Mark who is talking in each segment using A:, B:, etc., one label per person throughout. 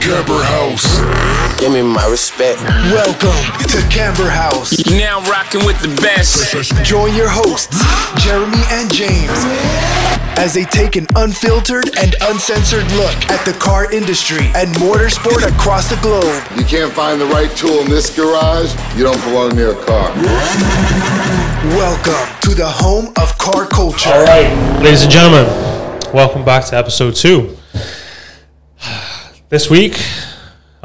A: Camber House.
B: Give me my respect.
A: Welcome to Camber House.
C: Now rocking with the best.
A: Join your hosts, Jeremy and James, as they take an unfiltered and uncensored look at the car industry and motorsport across the globe.
D: You can't find the right tool in this garage, you don't belong near a car.
A: Welcome to the home of car culture.
E: All right, ladies and gentlemen, welcome back to episode two. This week,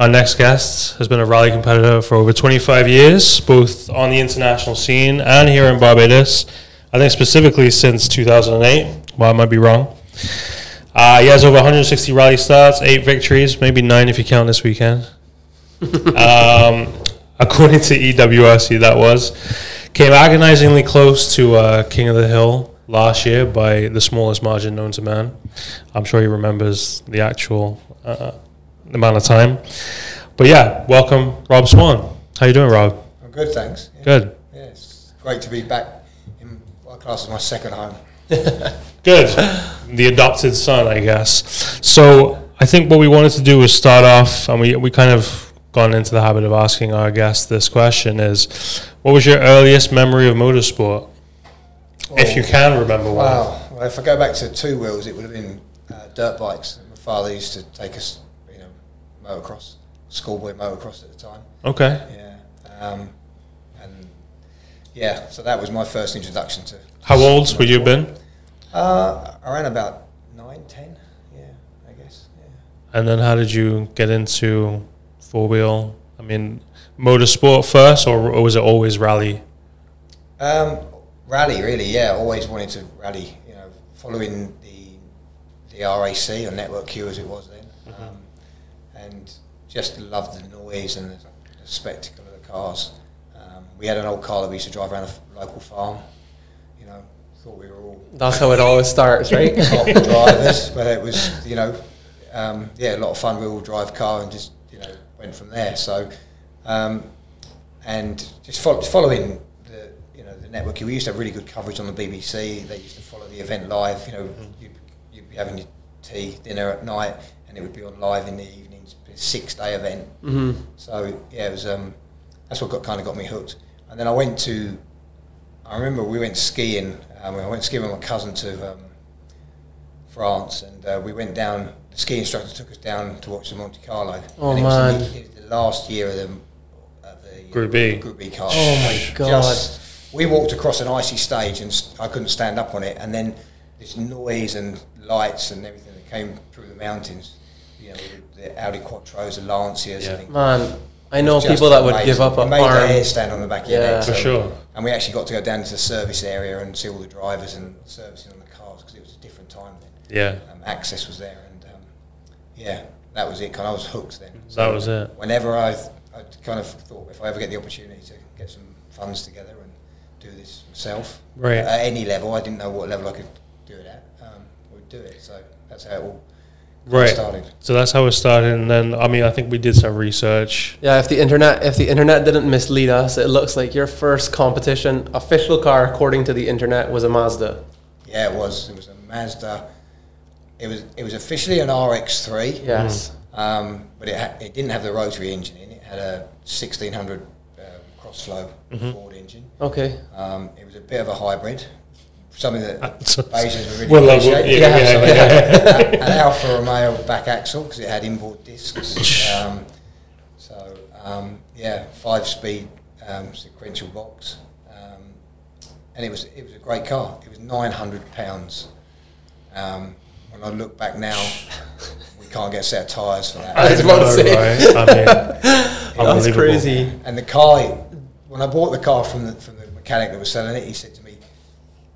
E: our next guest has been a rally competitor for over 25 years, both on the international scene and here in Barbados. I think specifically since 2008. Well, I might be wrong. Uh, he has over 160 rally starts, eight victories, maybe nine if you count this weekend. um, according to E EWRC, that was came agonizingly close to uh, King of the Hill last year by the smallest margin known to man. I'm sure he remembers the actual uh, amount of time. But yeah, welcome, Rob Swan. How you doing, Rob?
F: I'm good, thanks. Yeah.
E: Good.
F: Yeah, it's great to be back in what I class as my second home.
E: Good. The adopted son, I guess. So I think what we wanted to do was start off, and we, we kind of gone into the habit of asking our guests this question is what was your earliest memory of motorsport? if you can remember one.
F: Wow. Well, if I go back to two wheels, it would have been uh, dirt bikes. My father used to take us, you know, motocross, schoolboy motocross at the time.
E: Okay.
F: Yeah. Um, and yeah, so that was my first introduction to.
E: How old would you have been?
F: Uh, around about nine, ten. Yeah, I guess. Yeah.
E: And then how did you get into four wheel? I mean, motorsport first, or, or was it always rally?
F: Um, rally, really, yeah. Always wanted to rally. You know, following the the RAC or Network Q as it was then, um, and just loved the noise and the, the spectacle of the cars. Um, we had an old car that we used to drive around a f- local farm. You know, thought we were all
G: That's how it always starts, right?
F: top drivers, but it was you know, um, yeah, a lot of fun. We all drive car and just you know went from there. So, um, and just fol- following the you know the network. We used to have really good coverage on the BBC. They used to follow the event live. You know, you'd, you'd be having your tea dinner at night, and it would be on live in the evenings. Six day event. So yeah, it was. Um, that's what got kind of got me hooked. And then I went to. I remember we went skiing. Um, I went skiing with my cousin to um, France, and uh, we went down. The ski instructor took us down to watch the Monte Carlo.
G: Oh,
F: and it
G: man.
F: Was the, it was the last year of the, of the uh,
E: Group E. B.
F: Group B car.
G: Oh, my God.
F: Just, we walked across an icy stage, and s- I couldn't stand up on it. And then this noise and lights and everything that came through the mountains. You know, with the Audi Quattros, the Lancias,
E: Yeah.
F: and things.
G: Man, I know
F: Just
G: people that would
F: amazing.
G: give up
F: It
G: an
F: made their
G: arm.
F: hair stand on the back of your
G: Yeah.
F: neck.
G: For
F: so-
E: sure.
F: And we actually got to go down to the service area and see all the drivers and servicing on the cars because it was a different time then.
E: Yeah,
F: Um, access was there, and um, yeah, that was it. Kind of, I was hooked then. So
E: that was it.
F: whenever I, I kind of thought if I ever get the opportunity to get some funds together and do this myself,
E: Right.
F: At any level, I didn't know what level I could do it at. Um, would do it. So that's how it all kinda
E: Right.
F: started.
E: So that's how it started, and then I mean, I think we did some research.
G: Yeah, if the internet if the internet didn't mislead us, it looks like your first competition official car according to the internet was a Mazda.
F: Yeah, it was. It was a Mazda. It was it was officially an RX three.
G: Yes.
F: Um, but it, ha- it didn't have the rotary engine in it. It had a 1600 uh, crossflow Ford engine.
G: Okay.
F: Um, it was a bit of a hybrid, something that
E: so-
F: Bayesians were really
E: Well, like,
F: appreciate.
E: yeah, yeah,
F: so
E: yeah,
F: it had An Alfa Romeo back axle because it had inboard discs. Um, so um, yeah, five-speed um, sequential box, um, and it was it was a great car. It was 900 pounds. Um, when I look back now, we can't get a set of tyres for that.
G: I was about to say.
E: Right? I mean,
G: That's
E: unbelievable.
G: crazy.
F: And the car, when I bought the car from the, from the mechanic that was selling it, he said to me,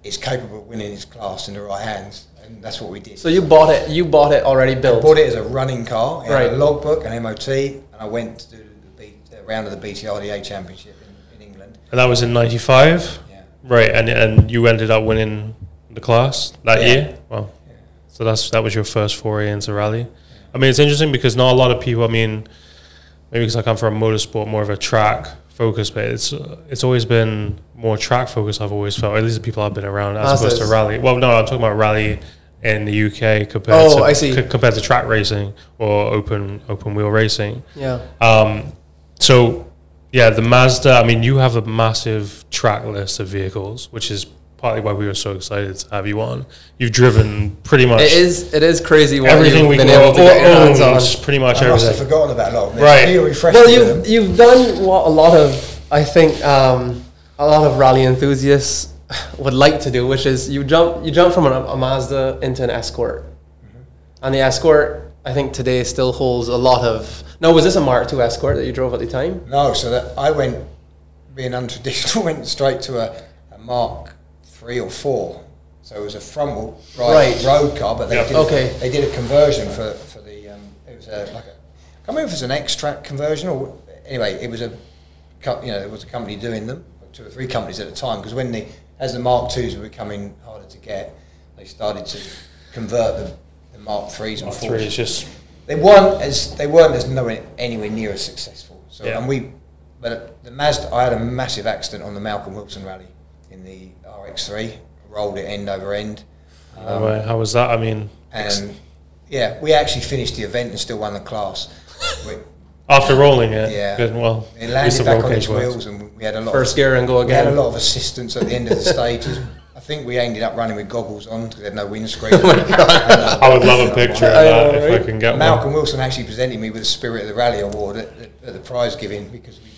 F: "It's capable of winning its class in the right hands," and that's what we did.
G: So you bought it you bought it already
F: I
G: built.
F: bought it as a running car, it had a
G: Right.
F: logbook, an MOT, and I went to do the B, the round of the BTRDA Championship in, in England.
E: and that was in '95,
F: Yeah,
E: right? And and you ended up winning the class that
F: Yeah.
E: year. Wow. So that's that was your first foray into rally. I mean, it's interesting because not a lot of people. I mean, maybe because I come from motorsport, more of a track focus, but it's uh, it's always
G: Ah,
E: been more track focused. I've always felt, at least the people I've been around, as opposed to
G: Mazdas.
E: rally. Well, no, I'm talking about rally in the UK compared
G: Oh,
E: to
G: I see.
E: c- compared to track racing or open open wheel racing.
G: Yeah.
E: Um, so, yeah, the Mazda. I mean, you have a massive track list of vehicles, which is partly why we were so excited to have you on. You've driven pretty much
G: It is it is crazy what
E: everything
G: you've
E: we
G: been
E: can
G: able to get your
E: own.
G: hands on.
E: Oh, It's Pretty much
F: I must have
E: everything.
F: forgotten about a lot of them.
E: Right.
F: Can you refresh
G: Well,
F: me with
G: you've
F: them?
G: you've done what a lot of I think um, a lot of rally enthusiasts would like to do, which is you jump you jump from a, a Mazda into an Escort,
F: Mm-hmm.
G: and the Escort I think today still holds a lot of. No, was this a Mark II Escort that you drove at the time?
F: No, so that I went being untraditional, went straight to a, a Mark three or four. So it was a front wheel drive
G: Right.
F: road car, but they
E: Yep.
F: did
G: Okay.
F: they did a conversion for for the um, it was a like a I can't remember if it was an X track conversion or anyway it was a co- you know there was a company doing them two or three companies at a time because when the as the Mark twos were becoming harder to get they started to convert the, the Mark threes and
E: Three is
F: fours
E: just
F: they weren't as they weren't as nowhere anywhere near as successful. So
E: Yeah.
F: and we, but the Mazda, I had a massive accident on the Malcolm Wilson rally in the RX3, rolled it end over end,
G: Um,
F: Um,
E: Right, how was that? I mean,
F: and yeah, we actually finished the event and still won the class. we,
E: after rolling it,
F: Yeah.
E: good, well,
F: it
E: at
F: landed
E: least the
F: back
E: roll
F: on
E: cage
F: its
E: worked.
F: wheels, and we had a lot.
G: First
F: of,
G: gear and go
F: we had a
G: again.
F: lot of assistance at the end of the stages. I think we ended up running with goggles on because they had no windscreen. And, uh,
E: Oh I would love a picture of
G: I
E: that
G: know,
E: if I
G: right?
E: can get
F: Malcolm
E: one.
F: Wilson actually presented me with the Spirit of the Rally award at, at, at the prize giving because we,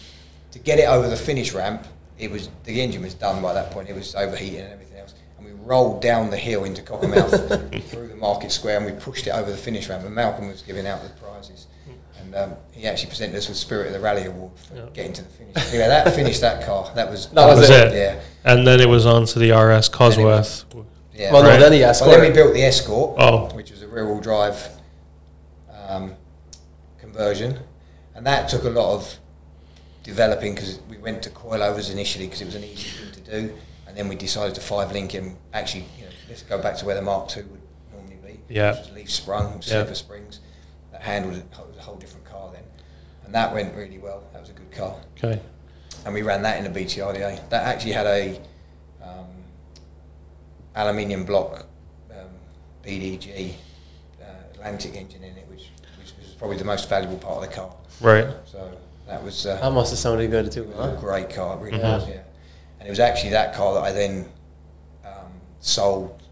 F: to get it over the finish ramp, it was the engine was done by that point. It was overheating and everything else, and we rolled down the hill into Cockermouth through the Market Square, and we pushed it over the finish ramp. And Malcolm was giving out the prizes, and um, he actually presented us with Spirit of the Rally award for getting to the finish. Anyway, that finished that car. That was
G: That was
E: That was it.
F: Yeah,
E: And then it was on to the RS Cosworth.
F: was- yeah.
G: Well,
E: Right.
G: no, then the
F: Well, then we
G: Escort.
F: built the Escort,
E: Oh.
F: which was a rear-wheel drive um, conversion, and that took a lot of developing because we went to coilovers initially because it was an easy thing to do, and then we decided to five link and actually you know, let's go back to where the Mark II would normally be.
E: Yeah.
F: which was leaf sprung, slipper springs. That handled it. It was a whole different car then, and that went really well. That was a good car
E: Okay.
F: and we ran that in a BTRDA. That actually had a um, aluminium block um, BDG uh, Atlantic engine in it, which, which was probably the most valuable part of the car.
E: Right.
F: So that was uh,
G: That must have sounded good too.
F: a
G: Huh?
F: great car, it really was, yeah. And it was actually that car that I then um, sold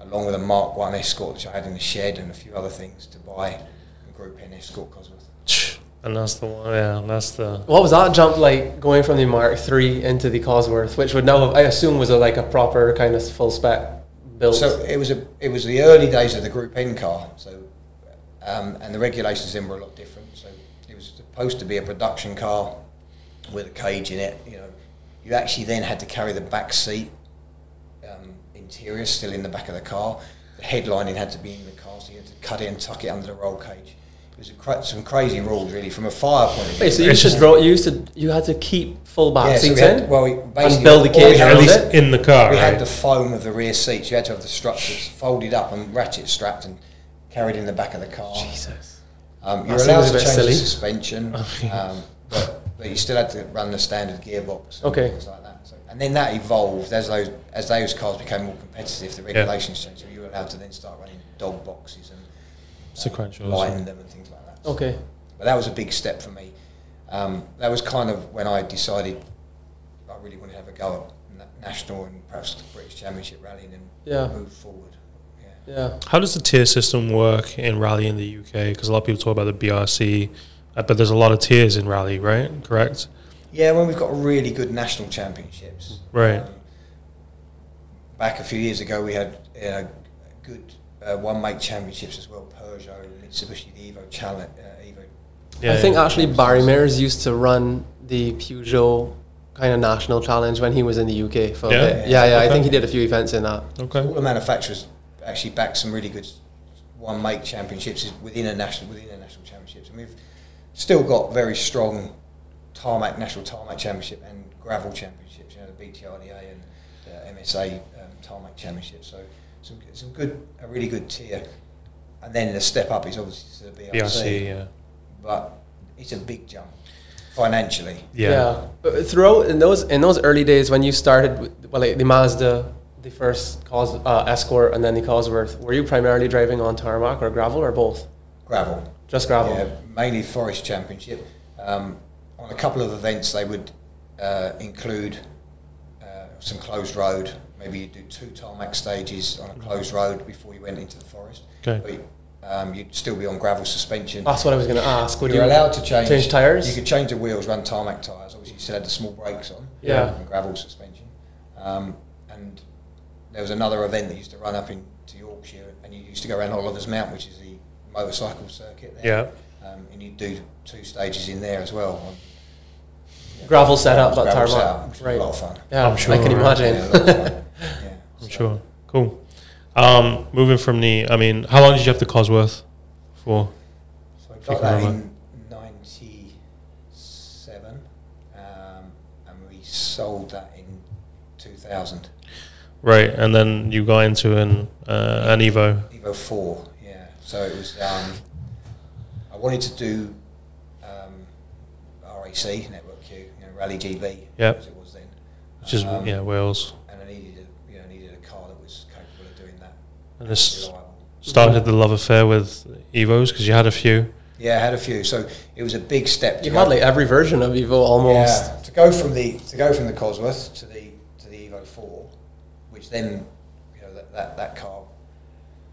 F: along with a Mark One Escort, which I had in the shed, and a few other things to buy a Group N Escort Cosworth.
E: And that's the one. Yeah, that's the.
G: What was that jump like going from the Mark III into the Cosworth, which would now have, I assume was a, like a proper kind of full spec build?
F: So it was a it was the early days of the Group N car. So um, and the regulations then were a lot different. So it was supposed to be a production car with a cage in it. You know, you actually then had to carry the back seat um, interior still in the back of the car. The headlining had to be in the car, so you had to cut it and tuck it under the roll cage. It was a cra- some crazy rules really from a fire point of view.
G: Wait, so you
E: It's
G: used to
E: just-
G: draw, you used to, you had to keep full back
F: Yeah, so we
G: seats
F: had-
G: in,
F: well, we basically-
G: and build the
F: all we
G: cage
F: had
E: At
G: around
E: least
G: it.
E: in the car.
F: We had
E: right?
F: the foam of the rear seats. You had to have the structures folded up and ratchet strapped and carried in the back of the car.
G: Jesus.
F: Um,
G: That
F: you're allowed
G: seems
F: to
G: a bit
F: change
G: silly.
F: the suspension, um, but, but you still had to run the standard gearbox. And
G: Okay.
F: Things like that. So, and then that evolved as those as those cars became more competitive. The regulations changed, so you were allowed to then start running dog boxes and
E: sequential.
F: lighten them and things like that.
G: Okay.
F: But that was a big step for me. Um, that was kind of when I decided I really wanted to have a go at na- national and perhaps the British Championship rallying and
G: Yeah.
F: move forward. Yeah.
G: Yeah.
E: How does the tier system work in rally in the UK? Because a lot of people talk about the BRC, uh, but there's a lot of tiers in rally, right? Correct.
F: yeah, when we've got really good national championships. Um,
E: Right.
F: back a few years ago, we had you know, good uh, one make championships as well. Peugeot, Mitsubishi, the Evo Challenge, uh, Evo.
E: Yeah,
G: I think
E: yeah.
G: actually Barry Mears used to run the Peugeot kind of national challenge when he was in the UK for
E: Yeah?
G: a bit. Yeah, yeah. I
E: Okay.
G: think he did a few events in that.
F: All
E: Okay.
F: the manufacturers actually back some really good one make championships is within a national within a national championships, and we've still got very strong tarmac national tarmac championship and gravel championships. You know the BTRDA and the MSA um, tarmac championship. So some some good a really good tier, and then the step up is obviously to the
E: BRC. Yeah.
F: but it's a big jump financially.
E: Yeah.
G: But throughout in those in those early days when you started, with, well, like the Mazda the first cause uh, escort and then the Cosworth, were you primarily driving on tarmac or gravel or both?
F: gravel.
G: Just gravel.
F: Yeah, mainly Forest Championship. Um, on a couple of events, they would uh, include uh, some closed road. Maybe you do two tarmac stages on a closed road before you went into the forest.
E: Okay.
F: But, um, you'd still be on gravel suspension.
G: That's what I was going to ask. Would
F: You're
G: you
F: allowed to change,
G: change tires?
F: You could change the wheels, run tarmac tires. Obviously, you still had the small brakes on.
G: Yeah.
F: And gravel suspension. Um, and there was another event that used to run up into Yorkshire, and you used to go around Oliver's Mount, which is the motorcycle circuit. There. Yeah. Um, and you do two stages in there as well. On
G: gravel setup, but
F: gravel setup,
G: tarmac.
F: which was
G: Right.
F: A lot of fun.
G: Yeah,
E: I'm sure.
G: I can imagine.
F: Yeah, a lot of fun. Yeah.
E: I'm sure. Cool. Um, moving from the, I mean, how long did you have the Cosworth for?
F: So I
E: Think
F: got that
E: about
F: in '97, um, and we sold that in 2000.
E: Right, and then you got into an uh, an Evo.
F: Evo Four, yeah. So it was. Um, I wanted to do um, RAC Network Q, you know, Rally GB,
E: Yep.
F: as it was then,
E: Which is
F: Um,
E: yeah, Wales.
F: and I needed a, you know, I needed a car that was capable of doing that.
E: And this
F: reliable.
E: started the love affair with Evos because you had a few.
F: Yeah, I had a few, so it was a big step. to
G: You
F: go-
G: had like every version of Evo almost.
F: Yeah, to go from the to go from the Cosworth to the to the Evo Four, which then you know that that, that car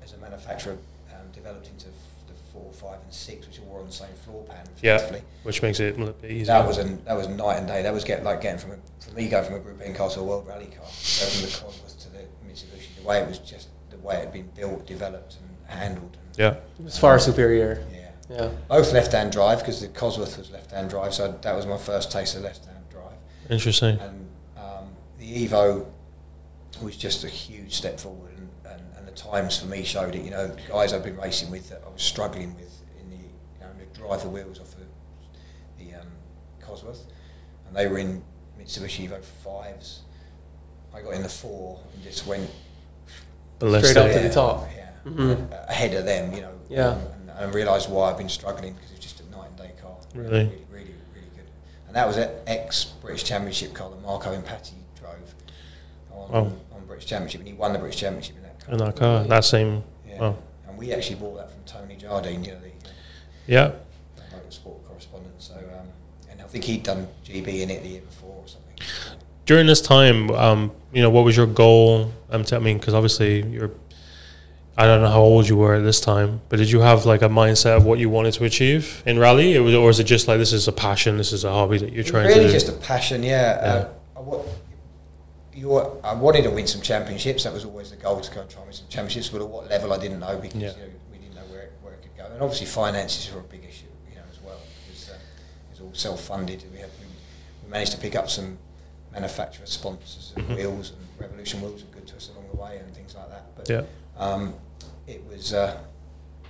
F: as a manufacturer um, developed into f- the four, five, and six, which are all on the same floor plan.
E: Yeah,
F: effectively.
E: which makes it a little bit easier.
F: That was an that was night and day. That was get like getting from a, from me going from a Group N car to a World Rally car, go from the Cosworth to the Mitsubishi. The way it was just the way it had been built, developed, and handled. And,
E: yeah,
G: It was far superior.
F: yeah.
G: Yeah.
F: Both left-hand drive because the Cosworth was left-hand drive, so that was my first taste of left-hand drive
E: interesting.
F: and um, the Evo was just a huge step forward, and, and, and the times for me showed it. You know, guys I've been racing with that I was struggling with in the you know to drive the wheels off the, the um, Cosworth, and they were in Mitsubishi Evo fives. I got in the four and just went
E: Ballistic.
G: up to the top. Mm-hmm.
F: yeah, a- ahead of them. You know,
G: Yeah.
F: and, and I realised why I've been struggling because it's just a night and day car.
E: Really?
F: really, really, really good. And that was an ex British Championship car that Marco and Patty drove on,
E: Oh.
F: on British Championship, and he won the British Championship in that car.
E: in that car. That same.
F: Yeah.
G: Oh.
E: Well,
F: And we actually bought that from Tony Jardine, you know, the
E: yeah.
F: uh, motorsport correspondent. So, um, and I think he'd done GB in it the year before or something.
E: During this time, um, you know, what was your goal? Um, to, I mean, because obviously you're. I don't know how old you were at this time, but did you have like a mindset of what you wanted to achieve in rally, It was- or is it just like this is a passion, this is a hobby that you're trying
F: really
E: to do?
F: just a passion yeah, Uh, I, wa- you- I wanted to win some championships that was always the goal to go and try and win some championships but at what level I didn't know because
E: Yeah.
F: you know, we didn't know where it, where it could go and obviously finances were a big issue you know as well because uh, it was all self-funded we, had, we, we managed to pick up some manufacturer sponsors
E: Mm-hmm.
F: and wheels and Revolution wheels were good to us along the way and things like that but
E: Yeah.
F: um, it was uh,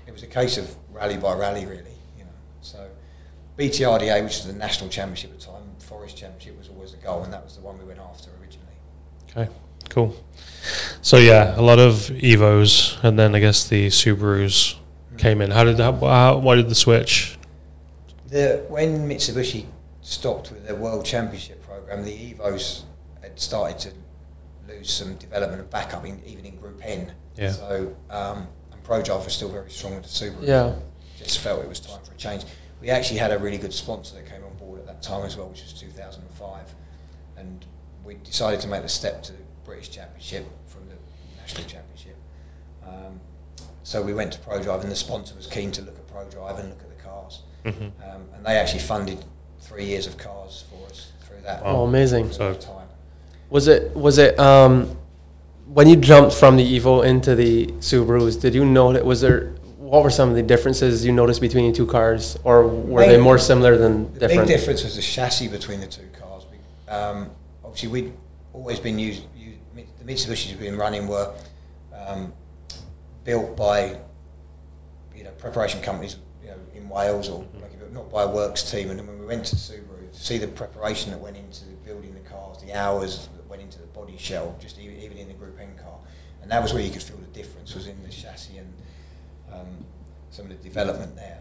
F: it was a case of rally by rally, really. You know, so BTRDA, which is the national championship at the time, Forest Championship was always the goal, and that was the one we went after originally.
E: Okay, cool. So yeah, a lot of Evos, and then I guess the
F: Mm.
E: Subarus came in. How did that? How, why did the switch?
F: The when Mitsubishi stopped with their World Championship program, the Evos had started to lose some development and backup, in, even in Group N.
E: Yeah.
F: So um, and ProDrive was still very strong with the Subaru.
G: Yeah.
F: just felt it was time for a change. We actually had a really good sponsor that came on board at that time as well, which was 2005, and we decided to make the step to the British Championship from the National Championship. Um, so we went to ProDrive, and the sponsor was keen to look at ProDrive and look at the cars, um, and they actually funded three years of cars for us through that.
G: Oh, amazing.
F: period of time.
G: Was it was it um when you jumped from the Evo into the Subarus, did you know that was there what were some of the differences you noticed between the two cars or were they
F: Main-
G: more similar than
F: The
G: different?
F: big difference was the chassis between the two cars. We- Um, obviously, we'd always been used. used the Mitsubishi's we've been running were um, built by you know preparation companies you know, in Wales or
G: Mm-hmm.
F: like, but not by a works team. And then when we went to Subaru, to see the preparation that went into building the cars, the hours that went into the body shell, just e-, even, even in the Group N car, and that was where you could feel the difference was in the chassis and um, some of the development there.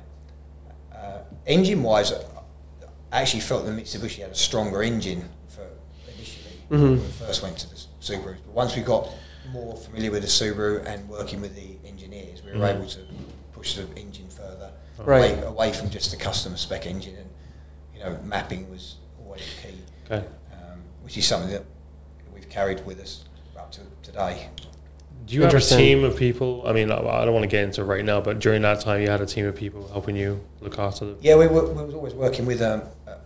F: Uh, engine wise, I actually felt the Mitsubishi had a stronger engine for initially when we first went to the Subarus. But once we got more familiar with the Subaru and working with the engineers, we were able to push the engine further
G: Right.
F: away, away from just the customer spec engine, and you know, mapping was always key,
E: Okay.
F: um, which is something that we've carried with us up to today.
E: Do you have a
G: Interesting.
E: team of people? I mean, I I don't want to get into it right now, but during that time, you had a team of people helping you look after them.
F: Yeah, we were, we was always working with um, a,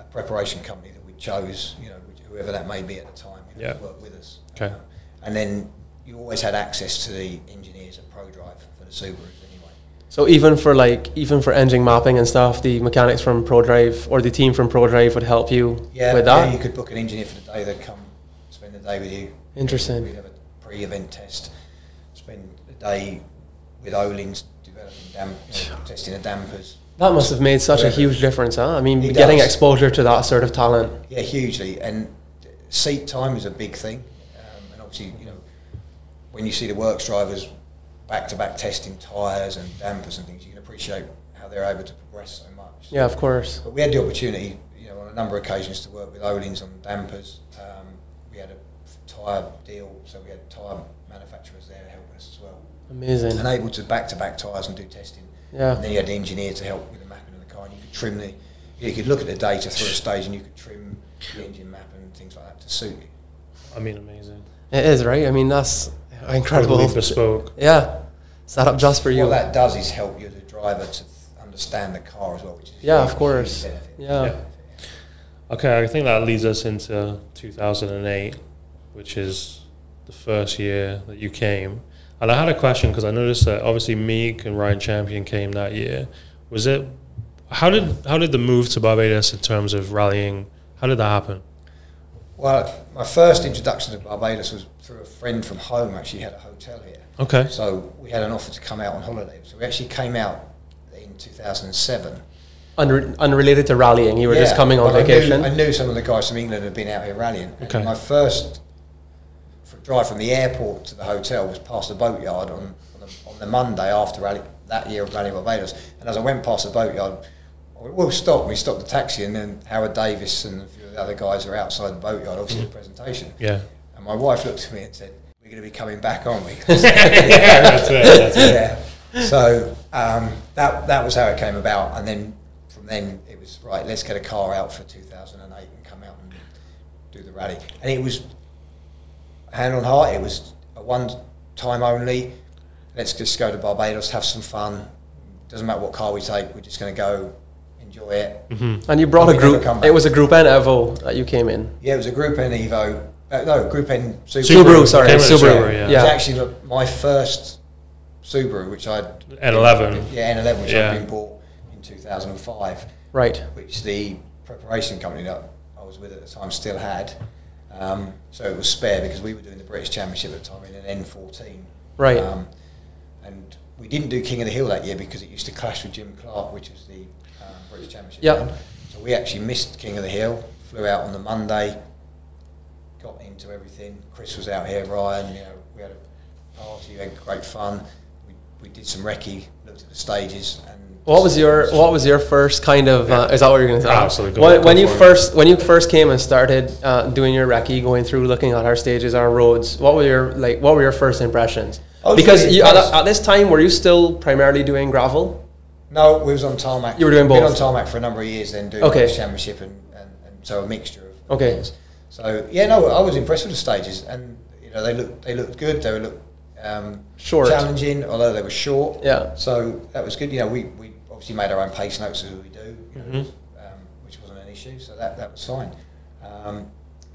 F: a preparation company that we chose, you know, which- whoever that may be at the time, you know,
E: Yeah.
F: to work with us. Um,
E: Okay.
F: and then you always had access to the engineers at ProDrive for the Subaru anyway.
G: So even for like even for engine mapping and stuff, the mechanics from ProDrive or the team from ProDrive would help you
F: Yeah,
G: with
F: yeah,
G: that.
F: you could book an engineer for the day. They'd come spend the day with you.
G: Interesting.
F: We'd have a pre-event test. Spend the day with Olin's developing damp, you know, testing the dampers.
G: that must have made such a
F: Whatever.
G: huge difference, huh? I mean,
F: It
G: getting
F: does.
G: exposure to that sort of talent.
F: Yeah, hugely. And seat time is a big thing. Um, and obviously, you know, when you see the works drivers back-to-back testing tyres and dampers and things, you can appreciate how they're able to progress so much.
G: Yeah, of course.
F: But we had the opportunity, you know, on a number of occasions to work with Olin's on dampers. Um, we had a tyre deal, so we had tyre manufacturers there helping us as well.
G: Amazing.
F: And able to back-to-back tyres and do testing.
G: Yeah.
F: And then you had the engineer to help with the mapping of the car, and you could trim the, you could look at the data through a stage, and you could trim the engine map and things like that to suit you.
E: I mean, amazing.
G: It is right. I mean, that's incredible.
E: Totally bespoke.
G: Yeah, set up just for you.
F: What that does is help you as a driver to understand the car as well, which is
G: yeah,
F: a
G: of
F: huge
G: course.
F: benefit.
G: Yeah.
E: Okay, I think that leads us into 2008, which is the first year that you came. And I had a question because I noticed that obviously Meek and Ryan Champion came that year. Was it how did how did the move to Barbados in terms of rallying? How did that happen?
F: Well, my first introduction to Barbados was through a friend from home. Actually, had a hotel here.
E: Okay,
F: So we had an offer to come out on holiday. So we actually came out in 2007.
G: Unre- unrelated to rallying, you were just
F: Yeah,
G: coming on
F: but I knew-
G: vacation.
F: I knew, some of the guys from England had been out here rallying. And
E: Okay.
F: My first f- drive from the airport to the hotel was past the boatyard on, on, the, on the Monday after rally, that year of Rally Barbados. And as I went past the boatyard, I went, we'll stop. We stopped the taxi, and then Howard Davis and a few of the other guys are outside the boatyard, obviously, the presentation.
E: yeah,
F: And my wife looked at me and said, We're going to be coming back, aren't we?
E: that's it. That's it.
F: yeah. So um, that that was how it came about, and then from then it was right. Let's get a car out for 2008 and come out and do the rally. And it was hand on heart. It was a one time only. Let's just go to Barbados, have some fun. Doesn't matter what car we take. We're just going to go enjoy it.
E: Mm-hmm.
G: and you brought a
F: We never
G: group.
F: come back.
G: It was a group N Evo that you came in.
F: Yeah, it was a Group N Evo. Uh, no, Group N
G: Subaru, sorry,
E: Came in a
G: Subaru.
E: Subaru, yeah.
G: yeah.
F: It was actually the- my first Subaru, which I
E: N11.
F: Yeah, N11, which
E: Yeah.
F: I'd been bought in 2005,
G: right.
F: which the preparation company that I was with at the time still had. Um, so it was spare because we were doing the British Championship at the time in an N14.
G: Right.
F: Um, and we didn't do King of the Hill that year because it used to clash with Jim Clark, which was the um, British Championship.
G: Yeah.
F: round. So we actually missed King of the Hill, flew out on the Monday, got into everything. Chris was out here, Ryan, you know, we had a party, we had great fun. We, we did some recce, looked at the stages and
G: What was your What was your first kind of? Uh, is that what you're going to say?
E: Absolutely, go-
G: When,
E: go
G: when you
E: for it.
G: first when you first came and started uh, doing your recce, going through, looking at our stages, our roads. What were your like? What were your first impressions?
F: I was
G: because
F: really
G: you, at,
F: impressed.
G: at this time, were you still primarily doing gravel?
F: No, we was on tarmac.
G: You were doing
F: Been
G: both?
F: on tarmac for a number of years, then doing
G: Okay.
F: the championship and, and, and so a mixture of
G: Okay.
F: things. So yeah, no, I was impressed with the stages, and you know they looked they looked good. They looked um,
G: Short.
F: challenging, although they were short.
G: Yeah.
F: So that was good. You know, we, we obviously made our own pace notes as we do, you know,
G: Mm-hmm.
F: um, which wasn't an issue. So that that was fine. Um,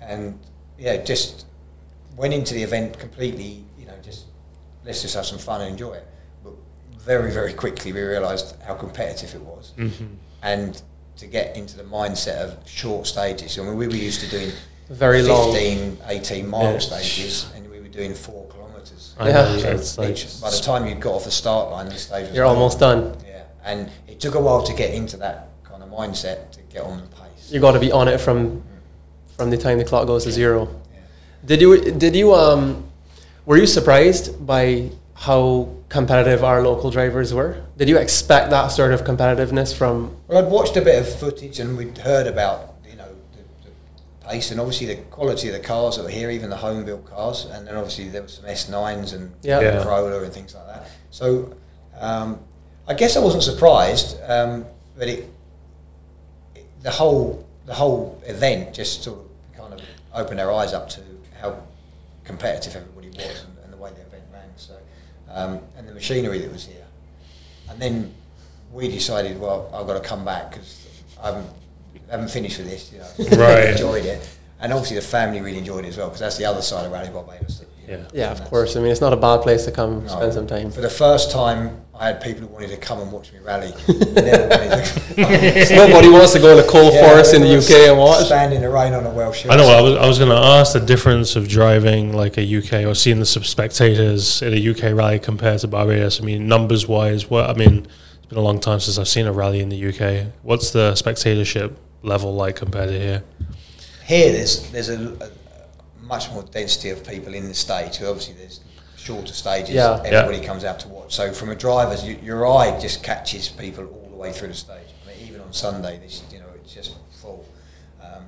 F: and yeah, just went into the event completely. You know, just let's just have some fun and enjoy it. But very, very quickly we realised how competitive it was,
G: Mm.
E: Mm-hmm.
F: and to get into the mindset of short stages. I mean, we were used to doing
G: Very long.
F: 15, 18 mile
E: Yeah.
F: stages, and we were doing four kilometres.
E: I
G: Yeah.
E: know,
F: So
E: it's like-
F: each- by the time you got off the start line, the stage was
G: You're
F: over.
G: almost done.
F: Yeah, and it took a while to get into that kind of mindset to get on the pace.
G: You got to be on it from from the time the clock goes to zero.
F: Yeah.
G: Did you did you um were you surprised by how competitive our local drivers were? Did you expect that sort of competitiveness from
F: Well, I'd watched a bit of footage and we'd heard about you know the, the pace and obviously the quality of the cars that were here, even the home built cars, and then obviously there were some S9s and
G: Yeah.
E: Yeah.
F: Corolla and things like that. So um, I guess I wasn't surprised, um, but it, it the whole the whole event just sort of kind of opened our eyes up to how competitive everybody was and, and the way the event ran. So um, and the machinery that was here, and then we decided, well, I've got to come back because I'm haven't finished with this. You know,
E: Right.
F: enjoyed it, and obviously the family really enjoyed it as well because that's the other side of Rally Barbados. that, you know,
E: Yeah.
G: Yeah, of course. I mean, it's not a bad place to come
F: no.
G: spend some time.
F: For the first time, I had people who wanted to come and watch me rally. Never wanted to-
G: Nobody wants to go in a cold
F: Yeah,
G: forest in the
F: everyone
G: UK and watch.
F: Stand in the rain on a Welsh.
E: I know. I was, I was going to ask the difference of driving like a UK or seeing the sub- spectators at a UK rally compared to Barbados. I mean, numbers wise, what I mean, it's been a long time since I've seen a rally in the UK. What's the spectatorship level like compared to here?
F: Here, there's there's a, a much more density of people in the stage. So obviously, there's shorter stages.
G: Yeah.
F: Everybody comes out to watch. So from a driver's, you, your eye just catches people all the way through the stage. I mean, even on Sunday, this you know it's just full. Um,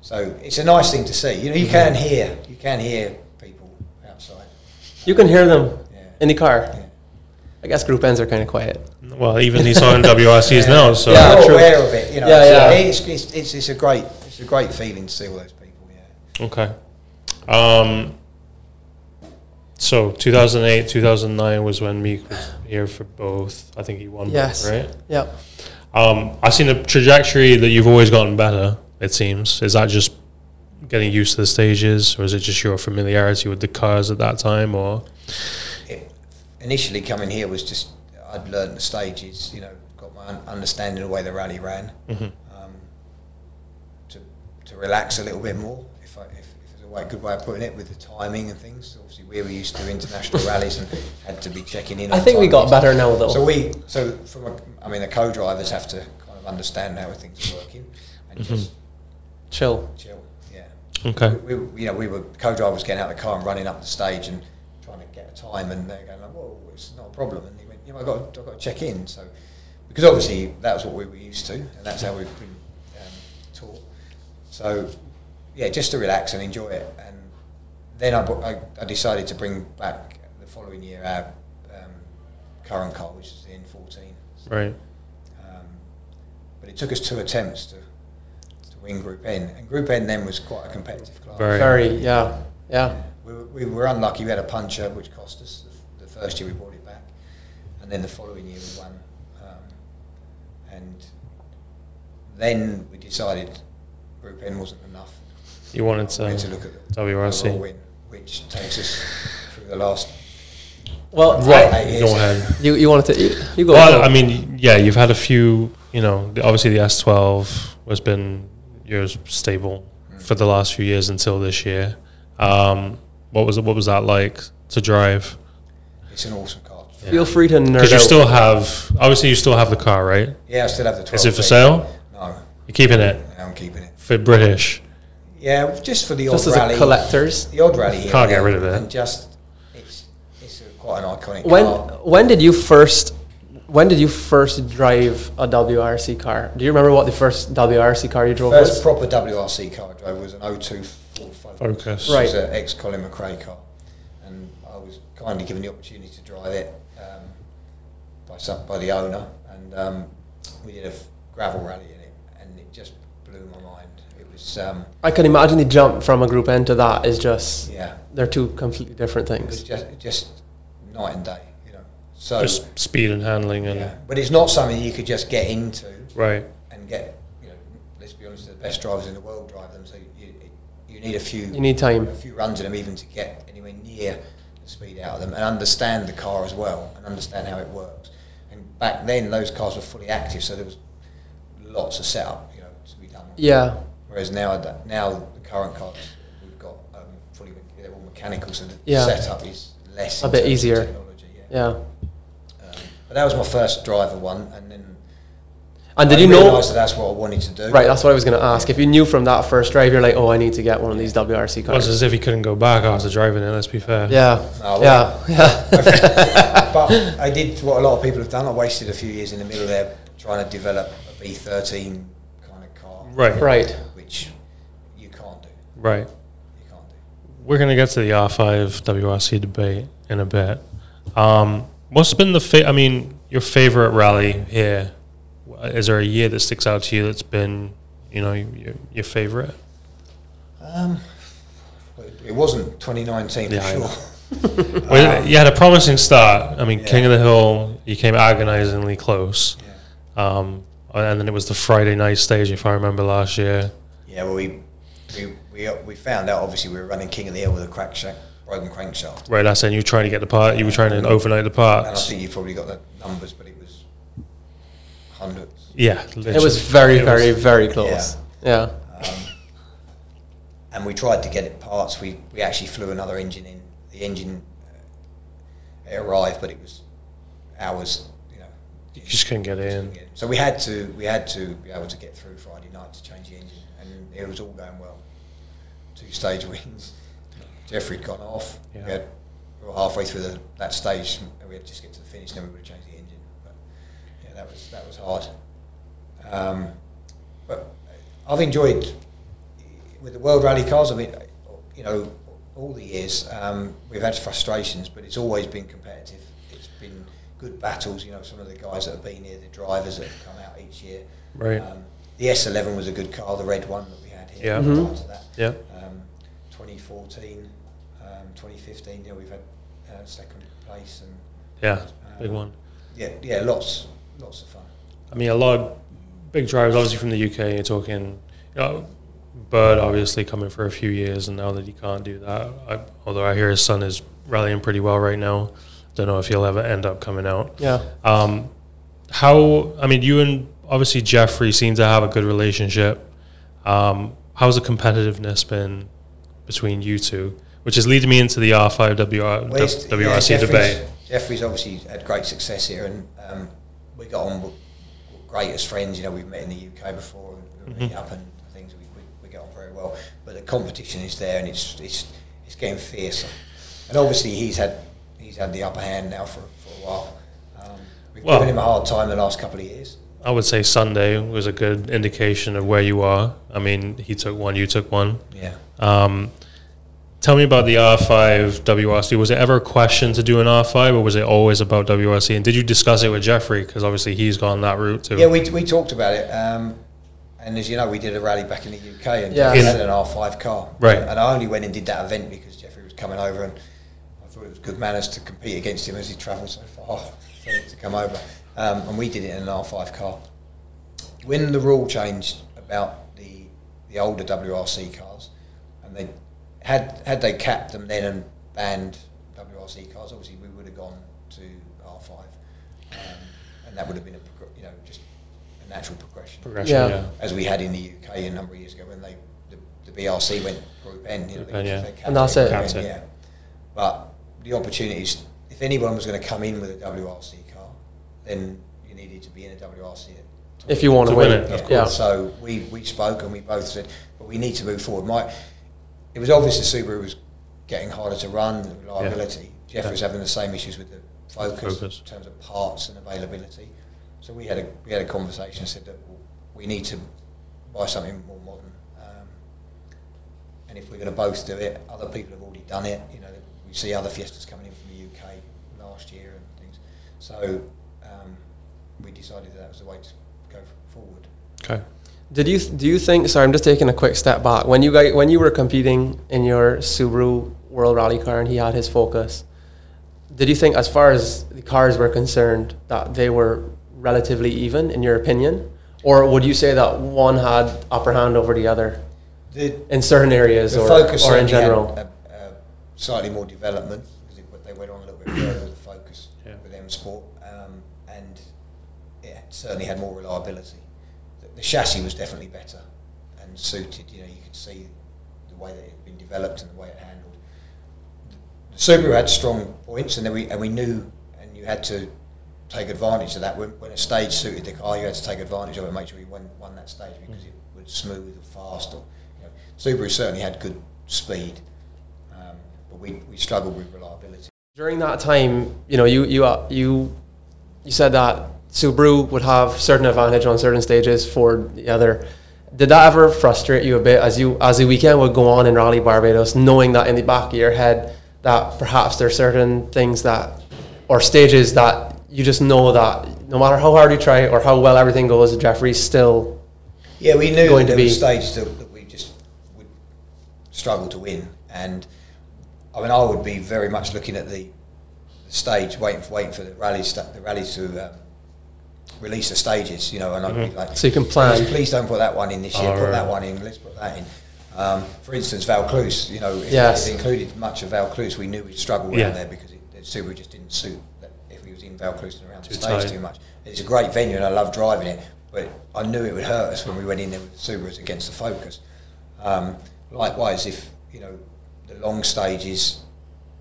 F: so it's a nice thing to see. You know, you can
G: Mm-hmm.
F: hear you can hear people outside.
G: You can hear them
F: Yeah.
G: in the car.
F: Yeah.
G: I guess group ends are kind of quiet.
E: Well, even these on WRCs now. So
G: Yeah.
F: You're
G: true.
F: aware of it, you know.
G: Yeah,
F: so
G: yeah.
F: It's, it's, it's, it's a great it's a great feeling to see all those people. Yeah.
E: okay. Um, so 2008, 2009 was when Meek was here for both. I think he won. both,
G: Yes.
E: right.
G: Yep.
E: Um, I've seen a trajectory that you've always gotten better. It seems is that just getting used to the stages, or is it just your familiarity with the cars at that time? Or
F: It, initially coming here was just I'd learned the stages, you know, got my un- understanding of the way the rally ran.
G: Mm-hmm.
F: Um, to to relax a little bit more, if I if, if there's a way, good way of putting it, with the timing and things. Obviously, we were used to international rallies and had to be checking in.
G: I
F: on
G: think we got
F: timings.
G: better now, though.
F: So we, so from, a, I mean, the co-drivers have to kind of understand how things are working and
G: Mm-hmm.
F: just
G: Chill.
F: chill. Yeah.
E: okay,
F: we, we- you know, we were co-drivers getting out of the car and running up the stage and trying to get a time, and they're going, like, "Whoa, it's not a problem." And he went, "You know, I got, I got to check in." So, because obviously that was what we were used to, and that's how we've been um, taught. So, yeah, just to relax and enjoy it. And then I, bu- I, I decided to bring back the following year our um, current car, which is the N14.
E: right,
F: Um, but it took us two attempts to, to win Group N, and Group N then was quite a competitive class.
E: Very.
G: Very. Yeah. Yeah.
F: We, were- we were unlucky. We had a puncher, which cost us the, the first year we brought it back, and then the following year we won. Um, and then we decided Group N wasn't enough.
E: you wanted
F: We
E: to,
F: had to look at the
E: WRC.
F: overall win, which takes us through the last
G: Well,
E: Right,
F: eight years.
E: go ahead.
G: You you wanted to you, you go.
E: Well,
G: go.
E: I mean, yeah, you've had a few. You know, the- obviously the S twelve has been yours stable
F: Mm.
E: for the last few years until this year. Um, what was what was that like to drive?
F: It's an awesome car. Yeah,
G: feel free to nerd
E: Because you
G: out.
E: still have obviously you still have the car, right?
F: I still have the 12.
E: Is it for
F: feet.
E: sale?
F: No,
E: You're keeping it
F: I'm keeping it.
E: for British.
F: Yeah, just for the
G: just
F: odd
G: as
F: rally.
G: a collectors.
F: the odd rally here.
E: Can't
F: and
E: get
F: there,
E: rid of it.
F: And just, it's, it's a, quite an iconic
G: When
F: car.
G: when did you first when did you first drive a WRC car? Do you remember what the first WRC car you drove
F: First
G: was?
F: proper WRC car I drove was an 02 Ford Focus.
E: Focus.
F: It
G: Right.
F: was an ex Colin McRae car. And I was kindly given the opportunity to drive it um, by, some, by the owner. And um, we did a f- gravel rally in it. And it just blew my mind. It was, um,
G: I can imagine the jump from a group N to that is just
F: yeah,
G: they're two completely different
F: it was
G: things.
F: just, just night and day, you know. So,
E: Just speed and handling and
F: Oh. yeah. but it's not something you could just get into.
E: right.
F: and get, you know, let's be honest, the best drivers in the world drive them. So you, you need a few,
G: You need time.
F: a few runs in them even to get anywhere near the speed out of them, and understand the car as well, and understand how it works. And back then, those cars were fully active, so there was lots of setup, you know, to be done.
G: Yeah.
F: Whereas now, that- now the current cars we've got um, fully, they're all mechanical, so the
G: Yeah.
F: setup is less.
G: A
F: in
G: bit
F: terms of
G: easier.
F: Technology, yeah.
G: Yeah.
F: But that was my first driver one, and then.
G: And did
F: I
G: you know
F: realised that that's what I wanted to do.
G: Right, that's what I was going to ask. If you knew from that first drive, you're like, oh, I need to get one of these WRC
E: It was
G: cars.
E: as if he couldn't go back after driving it. Let's be fair.
G: Yeah,
F: No,
G: yeah, yeah.
F: but I did what a lot of people have done. I wasted a few years in the middle there trying to develop a B13 kind of car,
E: Right.
G: Right.
F: Which you can't do.
E: Right.
F: You can't do.
E: We're going to get to the R5 WRC debate in a bit. Um, what's been the, fa- I mean, your favorite rally here? Is there a year that sticks out to you that's been, you know, your, your favorite?
F: Um, It- It wasn't 2019
E: Yeah, I
F: for
E: know.
F: sure.
E: Well, you had a promising start. I mean, King of the Hill, you came agonizingly close. Um, and then it was the Friday night stage, if I remember last year.
F: Yeah, well, we, we we uh, we found out obviously we were running King of the Hill with a crank shaft, broken crankshaft,
E: Right, that's it. And you were trying to get the part. You were trying to overnight the
F: and I
E: parts.
F: think you probably got the numbers, but it was hundreds.
E: Yeah,
G: It was very,
E: It was-
G: very, very close. Yeah.
F: Um, and we tried to get it parts. We we actually flew another engine in. The engine uh, it arrived, but it was hours. You know,
E: You just couldn't get in.
F: yeah. so we had to we had to be able to get through Friday night to change the engine, and it was all going well. Two stage wins. Jeffrey'd gone off.
E: Yeah.
F: We, had, we were halfway through the, that stage, and we had to just get to the finish, and then we would have changed the engine. But yeah, that was that was hard. Um, but I've enjoyed with the World Rally Cars. I mean, you know, all the years um, we've had frustrations, but it's always been competitive. It's been good battles. You know, some of the guys that have been here, the drivers that have come out each year.
E: Right.
F: Um, the S11 was a good car, the red one that we had here.
E: Yeah.
F: prior to that.
E: Yeah.
F: Um, 2014, um, 2015. Yeah, we've had uh, second place and
E: Yeah, big one.
F: yeah, yeah, lots, lots of fun.
E: I mean, a lot of big drivers, obviously from the UK, you're talking, you know, Bird obviously coming for a few years, and now that he can't do that, I, although I hear his son is rallying pretty well right now, don't know if he'll ever end up coming out.
G: Yeah.
E: Um, how, I mean, you and obviously Jeffrey seem to have a good relationship. Um, how's the competitiveness been between you two? Which is leading me into the R5 WR,
F: Well, it's- yeah,
E: WRC
F: Jeffrey's-
E: debate.
F: Jeffrey's obviously had great success here, and um, we got on w- great as friends. You know, we've met in the UK before, and we meet
E: Mm-hmm.
F: up and things. We, we, we get on very well, but the competition is there, and it's it's it's getting fiercer. And obviously, he's had he's had the upper hand now for, for a while. Um, we've
E: Well-
F: given him a hard time the last couple of years.
E: I would say Sunday was a good indication of where you are. I mean, he took one, you took one.
F: Yeah.
E: Um, tell me about the R5 WRC. Was it ever a question to do an R5 or was it always about WRC? And did you discuss it with Jeffrey? Because obviously he's gone that route too.
F: Yeah, we, we talked about it. Um, and as you know, we did a rally back in the UK and
G: Yeah.
F: we
G: In-
F: had an R5 car.
E: Right.
F: And I only went and did that event because Jeffrey was coming over and I thought it was good manners to compete against him as he travelled so far for him to come over. Um, and we did it in an R5 car. When the rule changed about the, the older WRC cars, and they had had they capped them then and banned WRC cars, obviously we would have gone to R5, um, and that would have been a progr- you know just a natural progression,
E: Progression,
G: Yeah.
E: yeah.
F: as we had in the UK a number of years ago when they the, the BRC went Group N, you know,
E: Group N, yeah.
F: they capped
G: And that's
F: it,
G: it.
F: Group
E: That's
F: N,
E: it.
F: yeah. But the opportunities, if anyone was going to come in with a WRC car, then you needed to be in a WRC at
G: If you want
E: To
G: to
E: win
G: win,
E: it,
G: yeah.
E: of
F: so we, we spoke and we both said, but we need to move forward. My, it was obvious the Subaru was getting harder to run, the reliability. Jeff was having the same issues with the focus,
E: Focus.
F: in terms of parts and availability. So we had a we had a conversation and said that we need to buy something more modern. Um, and if we're going to both do it, other people have already done it. You know, we see other fiestas coming in from the UK last year and things. So um, we decided that, that was the way to go forward.
E: Okay.
G: Did you do you think? Sorry, I'm just taking a quick step back. When you guys, when you were competing in your Subaru World Rally car and he had his Focus, did you think, as far as the cars were concerned, that they were relatively even in your opinion, or would you say that one had upper hand over the other
F: The,
G: in certain areas
F: the
G: or,
F: focus
G: or in
F: certainly had
G: general?
F: a, a slightly more development because it, they went on a little bit further with the focus
E: Yeah.
F: with M Sport, um, and it certainly had more reliability. The, the chassis was definitely better and suited. You know, you could see the way that it had been developed and the way it handled. The Subaru had strong points, and then we and we knew, and you had to take advantage of that. When, when a stage suited the car, you had to take advantage of it and make sure you won, won that stage because it was smooth or fast. Or you know. Subaru certainly had good speed, um, but we, we struggled with reliability.
G: During that time, you know, you you uh, you you said that Subaru would have certain advantage on certain stages, Ford the other. Did that ever frustrate you a bit as you as the weekend would go on in Raleigh, Barbados, knowing that in the back of your head that perhaps there are certain things that or stages that you just know that no matter how hard you try or how well everything goes, Jeffrey's still
F: Yeah, we knew
G: going
F: there
G: to
F: were
G: be-
F: stages that, that we just would struggle to win, and I mean, I would be very much looking at the, the stage, waiting for waiting for the rallies, sta- the rallies to um, release the stages, you know, and I'd be like,
G: Mm-hmm. So you can plan.
F: Please, please don't put that one in this year. put
E: Alright.
F: that one in. Let's put that in. Um, for instance, Valcluse, you know, if
G: Yes.
F: it included much of Valcluse, we knew we'd struggle
E: Yeah.
F: around there because it, the Subaru just didn't suit that if we was in Valcluse and around the
E: Too
F: stage
E: tight.
F: too much. It's a great venue and I love driving it, but I knew it would hurt us when we went in there with the Subarus against the Focus. Um, likewise, if you know the long stages,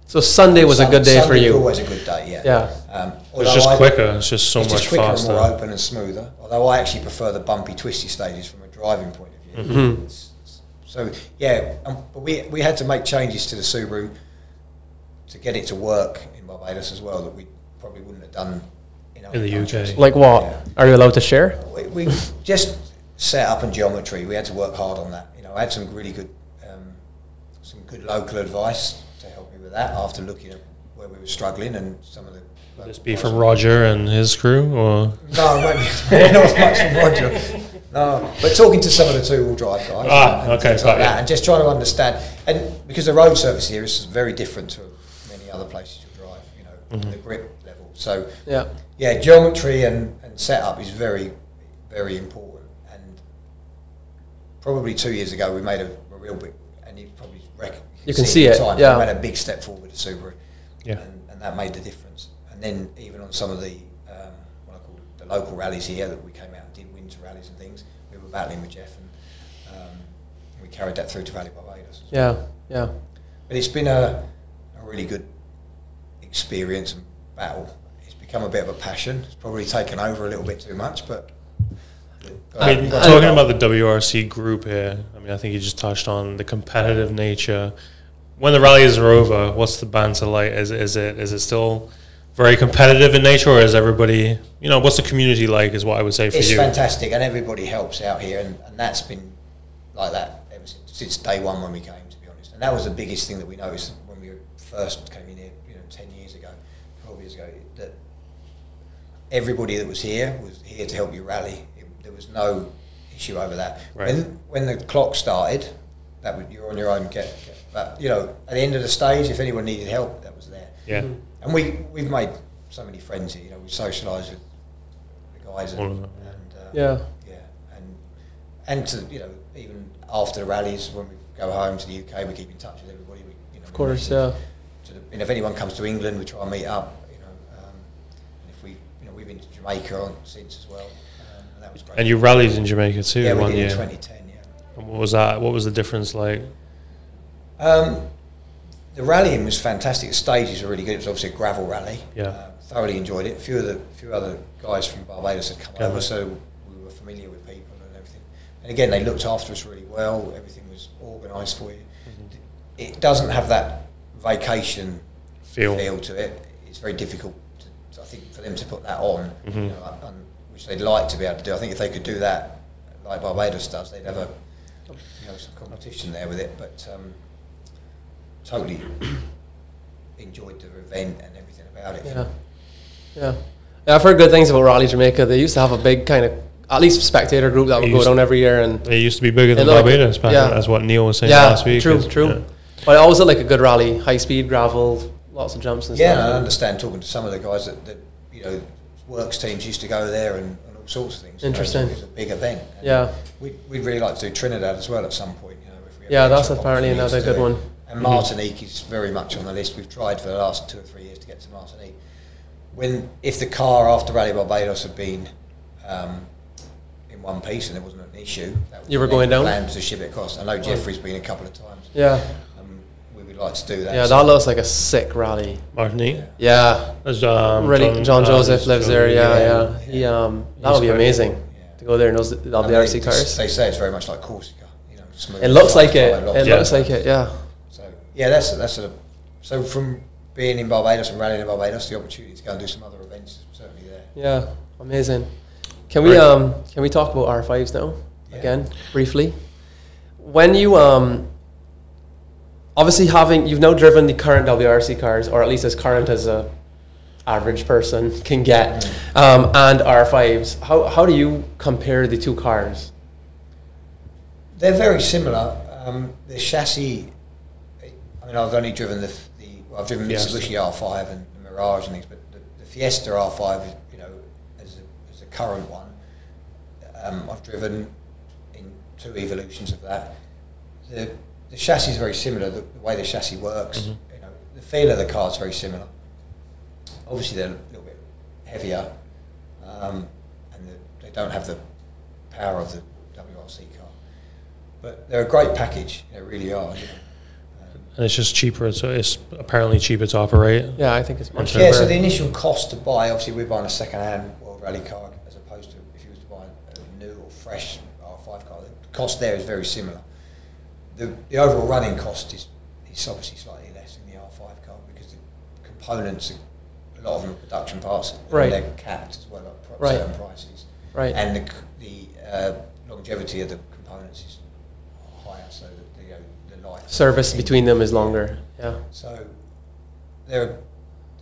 G: so Sunday was a good day for you.
F: Always a good day, yeah.
G: Yeah.
F: Um,
E: It's
F: although
E: just
F: I-
E: quicker. It's just so
F: it's
E: much
F: just quicker
E: faster.
F: and more open and smoother. Although I actually prefer the bumpy, twisty stages from a driving point of view.
E: Mm-hmm.
F: It's- it's- So yeah, um, but we we had to make changes to the Subaru to get it to work in Barbados as well that we probably wouldn't have done in, other
E: In the UK.
F: countries.
G: Like what? Are you allowed to share?
F: we, we just set up and geometry. We had to work hard on that. You know, I had some really good, um, some good local advice to help me with that after looking at where we were struggling and some of the.
E: This be from Roger and his crew, or
F: No, maybe not much from Roger. No, but talking to some of the two-wheel drive guys
E: Ah,
F: and
E: okay,
F: things like
E: got
F: that,
E: you.
F: and just trying to understand, and because the road surface here is very different to many other places you drive, you know,
E: Mm-hmm.
F: the grip level. So
G: Yeah.
F: yeah, geometry and, and setup is very, very important. And probably two years ago, we made a, a real big, and you probably rec-
G: You can see
F: at
G: it,
F: the time,
G: yeah.
F: We made a big step forward with the Subaru,
E: Yeah.
F: and, and that made the difference. And then even on some of the um, what I call the local rallies here that we came out and did winter rallies and things, we were battling with Jeff, and um, we carried that through to Valley Barbados. as well.
G: Yeah. Yeah.
F: But it's been a, a really good experience and battle. It's become a bit of a passion. It's probably taken over a little bit too much, but.
E: I mean, talking about the WRC group here, I mean, I think you just touched on the competitive nature. When the rallies are over, what's the banter like? Is, is it is it still very competitive in nature, or is everybody, you know, what's the community like? Is what I would say for
F: it's
E: you.
F: fantastic, and everybody helps out here, and, and that's been like that ever since, since day one when we came, to be honest. And that was the biggest thing that we noticed when we first came in here, you know, ten years ago, twelve years ago, that everybody that was here was here to help you rally. It, there was no issue over that.
E: Right.
F: When when the clock started, that was, you're on your own. Get, get, but you know, at the end of the stage, if anyone needed help, that was there.
E: Yeah,
F: And we we've made so many friends here. You know, we socialise with the guys
E: All
F: and,
E: of them, yeah.
F: and uh,
G: Yeah.
F: yeah, and and to you know even after the rallies when we go home to the UK, we keep in touch with everybody. We, you know,
G: Of course. Yeah.
F: to the, and if anyone comes to England, we try and meet up. You know, um, and if we you know we've been to Jamaica on since as well. Um, and that was great.
E: and you rallied in Jamaica too
F: yeah, we
E: one
F: did in
E: year.
F: 2010. Yeah.
E: And what was that? What was the difference like?
F: Um, the rallying was fantastic. The stages were really good. It was obviously a gravel rally.
E: Yeah.
F: Um, thoroughly enjoyed it. A few of the a few other guys from Barbados had come
E: Yeah.
F: over, so we were familiar with people and everything. And again, they looked after us really well. Everything was organised for you. It doesn't have that vacation
E: Feel.
F: feel to it. It's very difficult, to, I think, for them to put that on, you know, like, on- which they'd like to be able to do. I think if they could do that, like Barbados does, they'd have a you know, some competition there with it. But um, totally enjoyed the event and everything about it.
G: Yeah. Yeah. Yeah, I've heard good things about Raleigh, Jamaica. They used to have a big kind of, at least spectator group that would go
E: used
G: down every year. And
E: It used to be bigger than
G: looked-
E: Barbados back
G: yeah.
E: then. That's what Neil was saying
G: yeah,
E: last week.
G: true,
E: is-
G: true.
E: yeah.
G: But I always like a good rally, high speed gravel, lots of jumps and
F: Yeah, and I
G: stuff.
F: understand talking to some of the guys that, that you know works teams used to go there and, and all sorts of things.
G: Interesting.
F: It was a big event. And
G: Yeah.
F: we we'd really like to do Trinidad as well at some point. You know, if we ever
G: Yeah,
F: get
G: that's
F: some
G: apparently
F: opportunities
G: another
F: to do
G: good
F: it.
G: one. Mm-hmm.
F: And Martinique is very much on the list. We've tried for the last two or three years to get to Martinique. When if the car after Rally Barbados had been um, in one piece and there wasn't an issue, that was
G: You were
F: the
G: going down? Mm.
F: Plan to ship it across. I know Jeffrey's been a couple of times.
G: yeah.
F: Um, we would like to do that.
G: Yeah,
F: So-
G: that looks like a sick rally.
E: Martinique.
G: Yeah.
E: That's, um,
G: really, John,
E: uh,
G: Joseph lives there. Yeah, yeah.
F: yeah.
G: He, um, that would be
E: quite-
G: amazing
F: yeah.
G: to go there in those
F: And they-
G: WRC
F: they,
G: cars.
F: They say it's very much like Corsica. You know, smooth
G: It looks
F: fly-
G: like it.
F: fly along.
G: It
E: Yeah.
G: looks like it. Yeah.
F: So yeah, that's that's a so from being in Barbados and rallying in Barbados, the opportunity to go and do some other events is certainly there.
G: Yeah. Amazing. Can we
E: Right.
G: um can we talk about R fives now? again briefly. When you um, obviously having you've now driven the current WRC cars, or at least as current as a average person can get,
F: Mm-hmm.
G: um, and R5s. How how do you compare the two cars?
F: They're very similar. Um, the chassis. I mean, I've only driven the, f- the well, I've driven
E: Fiesta.
F: Mitsubishi R5 and the Mirage and things, but the, the Fiesta R5, is, you know, as a, as a current one, um, I've driven in two evolutions of that. The the chassis is very similar. The, the way the chassis works, you know, the feel of the car is very similar. Obviously, they're a little bit heavier, um, and the, they don't have the power of the WRC car. But they're a great package. They really are. You know.
E: And it's just cheaper. So it's apparently cheaper to operate.
G: Yeah, I think it's much.
E: Okay.
F: Yeah.
E: Sure.
F: So the initial cost to buy, obviously, we're buying a second-hand World Rally car as opposed to if you was to buy a new or fresh R5 car. The cost there is very similar. The, the overall running cost is, is obviously slightly less in the R5 car because the components, a lot of them are production parts, and
G: Right.
F: they're capped as well at pro-
G: Right.
F: certain prices.
G: Right.
F: And the, c- the uh, longevity of the components is higher, so that you know, the life
G: Service between them is longer. Yeah.
F: so they're,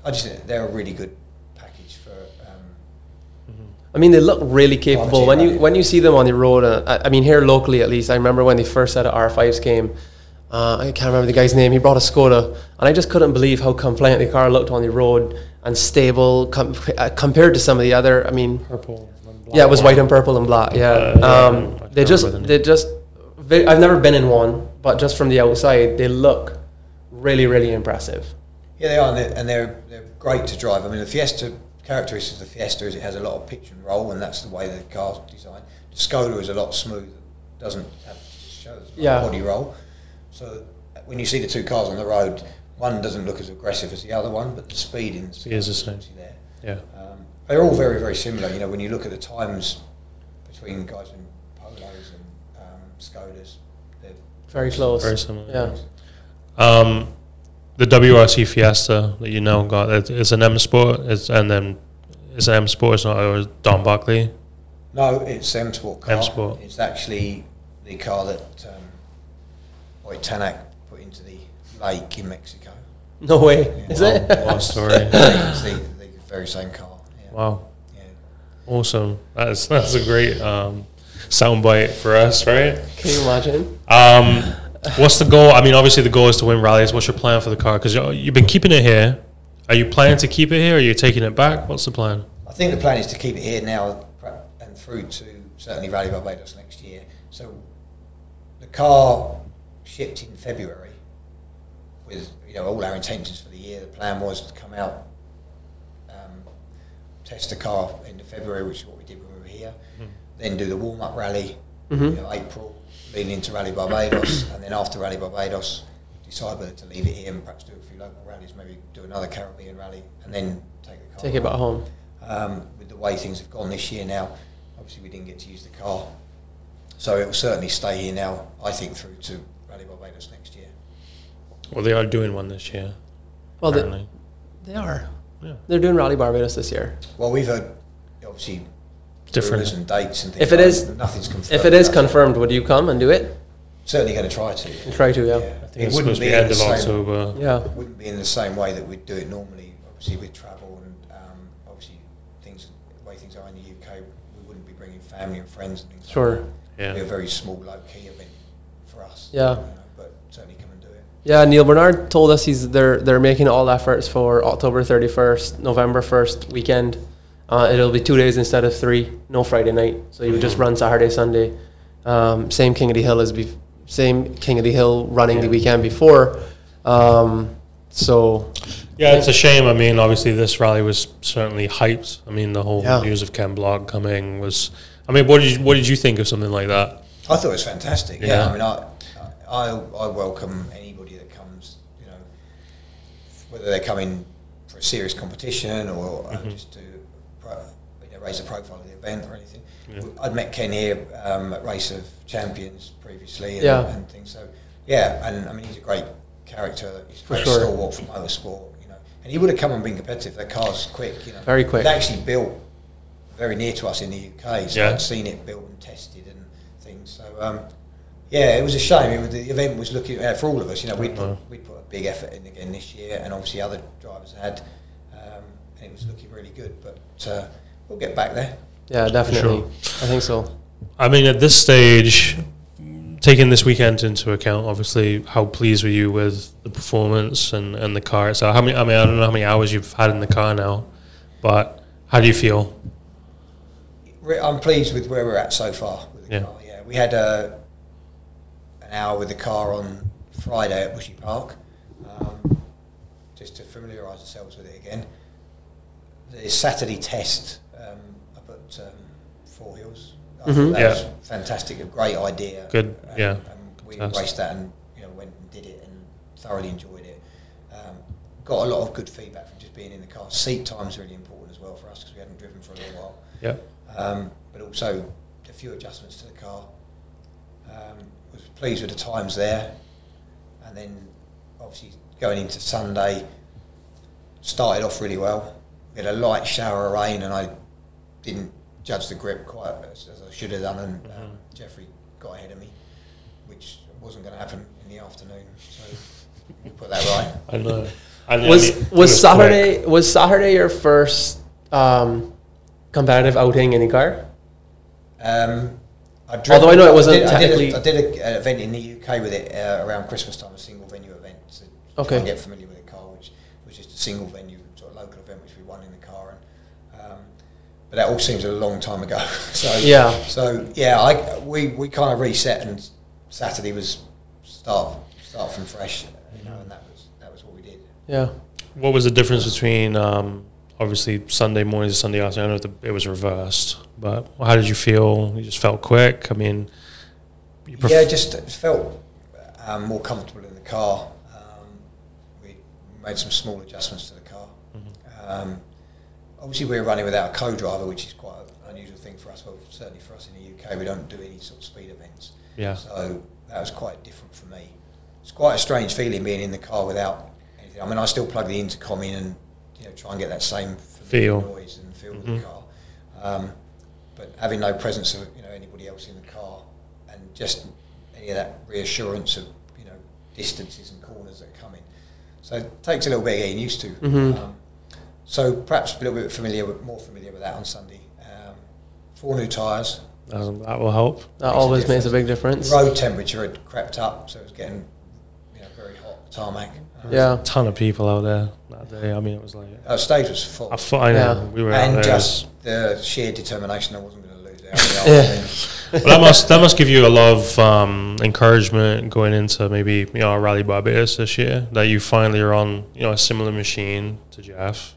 F: I just think they're a really good package for. Um,
G: I mean, they look really capable. When you
F: right?
G: when you see them on the road, uh, I, I mean, here locally at least, I remember when the first set of R5s came. Uh, I can't remember the guy's name. He brought a Skoda, and I just couldn't believe how compliant the car looked on the road and stable com- uh, compared to some of the other. I mean,
E: Purple. and
G: yeah, it was
E: black.
G: white and purple and black. Yeah,
E: Uh, yeah, I
G: um,
E: can't
G: they
E: remember
G: just
E: the
G: they just. They, I've never been in one, but just from the outside, they look really really impressive.
F: yeah, they are, and they're, and they're they're great to drive. I mean, the Fiesta characteristics of the Fiesta is it has a lot of pitch and roll, and that's the way the car's designed. The Skoda is a lot smoother, doesn't have shows much
G: Yeah.
F: body roll. So when you see the two cars on the road, one doesn't look as aggressive as the other one, but the speed in the Skoda
E: is the same.
F: obviously there.
E: Yeah.
F: Um, they're all very, very similar. You know, when you look at the times between guys in polos and um, Skodas, they're
G: Very close.
E: Very similar.
G: Yeah.
E: Um, the WRC Fiesta that you now got it- it's an M Sport. It's and then it's an M Sport. It's not a Don Buckley.
F: no, it's M Sport car.
E: M Sport.
F: It's actually the car that um, Boy Tanak put into the lake in Mexico.
G: No way, is
F: Wow.
G: it?
E: What a story!
F: it's the, the very same car. Yeah.
E: Wow,
F: Yeah.
E: awesome. That's that's a great um, soundbite for us, right?
G: Can you imagine?
E: Um, what's the goal? I mean, obviously the goal is to win rallies. What's your plan for the car? Because you've been keeping it here. Are you planning to keep it here? Or are you taking it back? What's the plan?
F: I think the plan is to keep it here now pra- and through to certainly Rally Barbados next year. So the car shipped in February with you know all our intentions for the year. The plan was to come out, um, test the car end of February, which is what we did when we were here.
G: Hmm.
F: Then do the warm up rally,
G: Mm-hmm.
F: you know, April, leading into Rally Barbados, and then after Rally Barbados, decide whether to leave it here and perhaps do a few local rallies, maybe do another Caribbean rally, and then take the car.
G: Take it back home.
F: um, with the way things have gone this year now. Obviously, we didn't get to use the car, so it will certainly stay here now. I think through to Rally Barbados next year.
E: Well, they are doing one this year.
G: Well, the,
E: Apparently.
G: They are.
E: Yeah.
G: They're doing Rally Barbados this year.
F: Well, we've heard obviously rumours
E: Different.
F: and dates and things.
G: If it
F: like
G: is-
F: that, nothing's confirmed.
G: If it is
F: I'm
G: confirmed, would you come and do it?
F: certainly going to try to. yeah.
G: Try to,
F: Yeah.
G: yeah.
E: I think
F: It
E: it's supposed to be
F: in
E: end
F: the
E: of
F: same-
E: October.
G: Yeah.
F: Wouldn't be in the same way that we'd do it normally. Obviously, with travel and um, obviously things, the way things are in the UK, we wouldn't be bringing family and friends and things.
G: Sure.
F: Like that.
E: Yeah.
F: It'd be a very small, low key event for us.
G: Yeah.
F: you know, but certainly come and do it.
G: Yeah, Neil Bernard told us he's they're they're making all efforts for October 31st, November 1st weekend. Uh, it'll be two days instead of three. No Friday night, so you would just run Saturday, Sunday. Um, same King of the Hill as be- same King of the Hill running the weekend before. Um, so
E: Yeah, it's a shame. I mean, obviously, this rally was certainly hyped. I mean, the whole
G: Yeah.
E: news of Ken Block coming was. I mean, what did you, what did you think of something like that?
F: I thought it was fantastic. Yeah,
E: Yeah.
F: I mean, I, I I welcome anybody that comes, you know, whether they're coming for a serious competition or
G: Mm-hmm.
F: uh just to pro, you know, raise the profile of the event or anything. I'd met Ken here um, at Race of Champions previously and,
G: Yeah.
F: and things. So yeah, and I mean, he's a great character. He's a great
G: sure.
F: stalwart for motorsport, you know. And he would have come and been competitive. That car's quick, you know.
G: Very quick.
F: They actually built very near to us in the UK, so
E: Yeah.
F: I'd seen it built and tested and things. So um, yeah, it was a shame. It was, the event was looking uh, for all of us. You know, we'd put, we'd put a big effort in again this year, and obviously other drivers had. Um, and it was looking really good, but uh, we'll get back there.
G: Yeah, definitely.
E: Sure.
G: I think so.
E: I mean, at this stage, taking this weekend into account, obviously, how pleased were you with the performance and, and the car itself? How many? I mean, I don't know how many hours you've had in the car now, but how do you feel?
F: Re- I'm pleased with where we're at so far with the
E: Yeah.
F: car. Yeah, we had a, an hour with the car on Friday at Bushy Park, um, just to familiarise ourselves with it again. The Saturday test um, up at um, Four Hills. I thought that
E: Mm-hmm. Yeah.
F: was fantastic, a great idea.
E: Good,
F: And,
E: yeah.
F: And we
E: Fantastic.
F: embraced that and you know went and did it and thoroughly enjoyed it. Um, got a lot of good feedback from just being in the car. Seat time's really important as well for us because we hadn't driven for a little while
E: Yeah,
F: um, but also a few adjustments to the car. Um, was pleased with the times there, and then obviously going into Sunday, started off really well. We had a light shower of rain, and I didn't judge the grip quite as, as I should have done, and um, Jeffrey got ahead of me, which wasn't going to happen in the afternoon. So we put that right.
E: I know. I know
G: Was
E: it quick.
G: was, Saturday was Saturday your first um, competitive outing in a car?
F: Um, I
G: Although I know it wasn't
F: did,
G: technically-
F: I did, a, I did a, an event in the UK with it uh, around Christmas time, a single venue event. So
G: Okay.
F: get familiar with the car, which was just a single venue sort of local event, which we won in the car. And um, but that all seems a long time ago. so
G: Yeah.
F: So yeah, I we, we kind of reset, and Saturday was start start from fresh, you know, and that was that was what we did.
G: Yeah.
E: What was the difference between um, obviously Sunday morning to Sunday afternoon? I know the, it was reversed, but how did you feel? You just felt quick. I mean, you pref-
F: yeah, just felt um, more comfortable in the car. Um, we made some small adjustments to the car.
E: Mm-hmm.
F: Um, obviously, we're running without a co-driver, which is quite an unusual thing for us. Well, certainly for us in the UK, we don't do any sort of speed events.
E: Yeah.
F: So that was quite different for me. It's quite a strange feeling being in the car without anything. I mean, I still plug the intercom in and you know try and get that same familiar
E: Feel. Mm-hmm.
F: noise and feel with the car. Um, but having no presence of you know anybody else in the car, and just any of that reassurance of you know distances and corners that are coming, so it takes a little bit of getting used to.
E: Mm-hmm.
F: Um, so perhaps a little bit familiar, with, more familiar with that on Sunday. Um, four new tyres.
E: um, that will help.
G: That
F: a
G: always
F: difference.
G: makes a big difference.
F: Road temperature had crept up, so it was getting you know very hot tarmac. Um,
G: Yeah.
E: ton of people out there that day. I mean, it was like
F: Our stage was full.
E: I thought I know
G: Yeah.
E: we were out
F: and
E: there.
F: just the sheer determination I wasn't going to lose out. in the afternoon.
E: but that must that must give you a lot of um, encouragement going into maybe you know a Rally Barbados this year that you finally are on you know a similar machine to Jeff,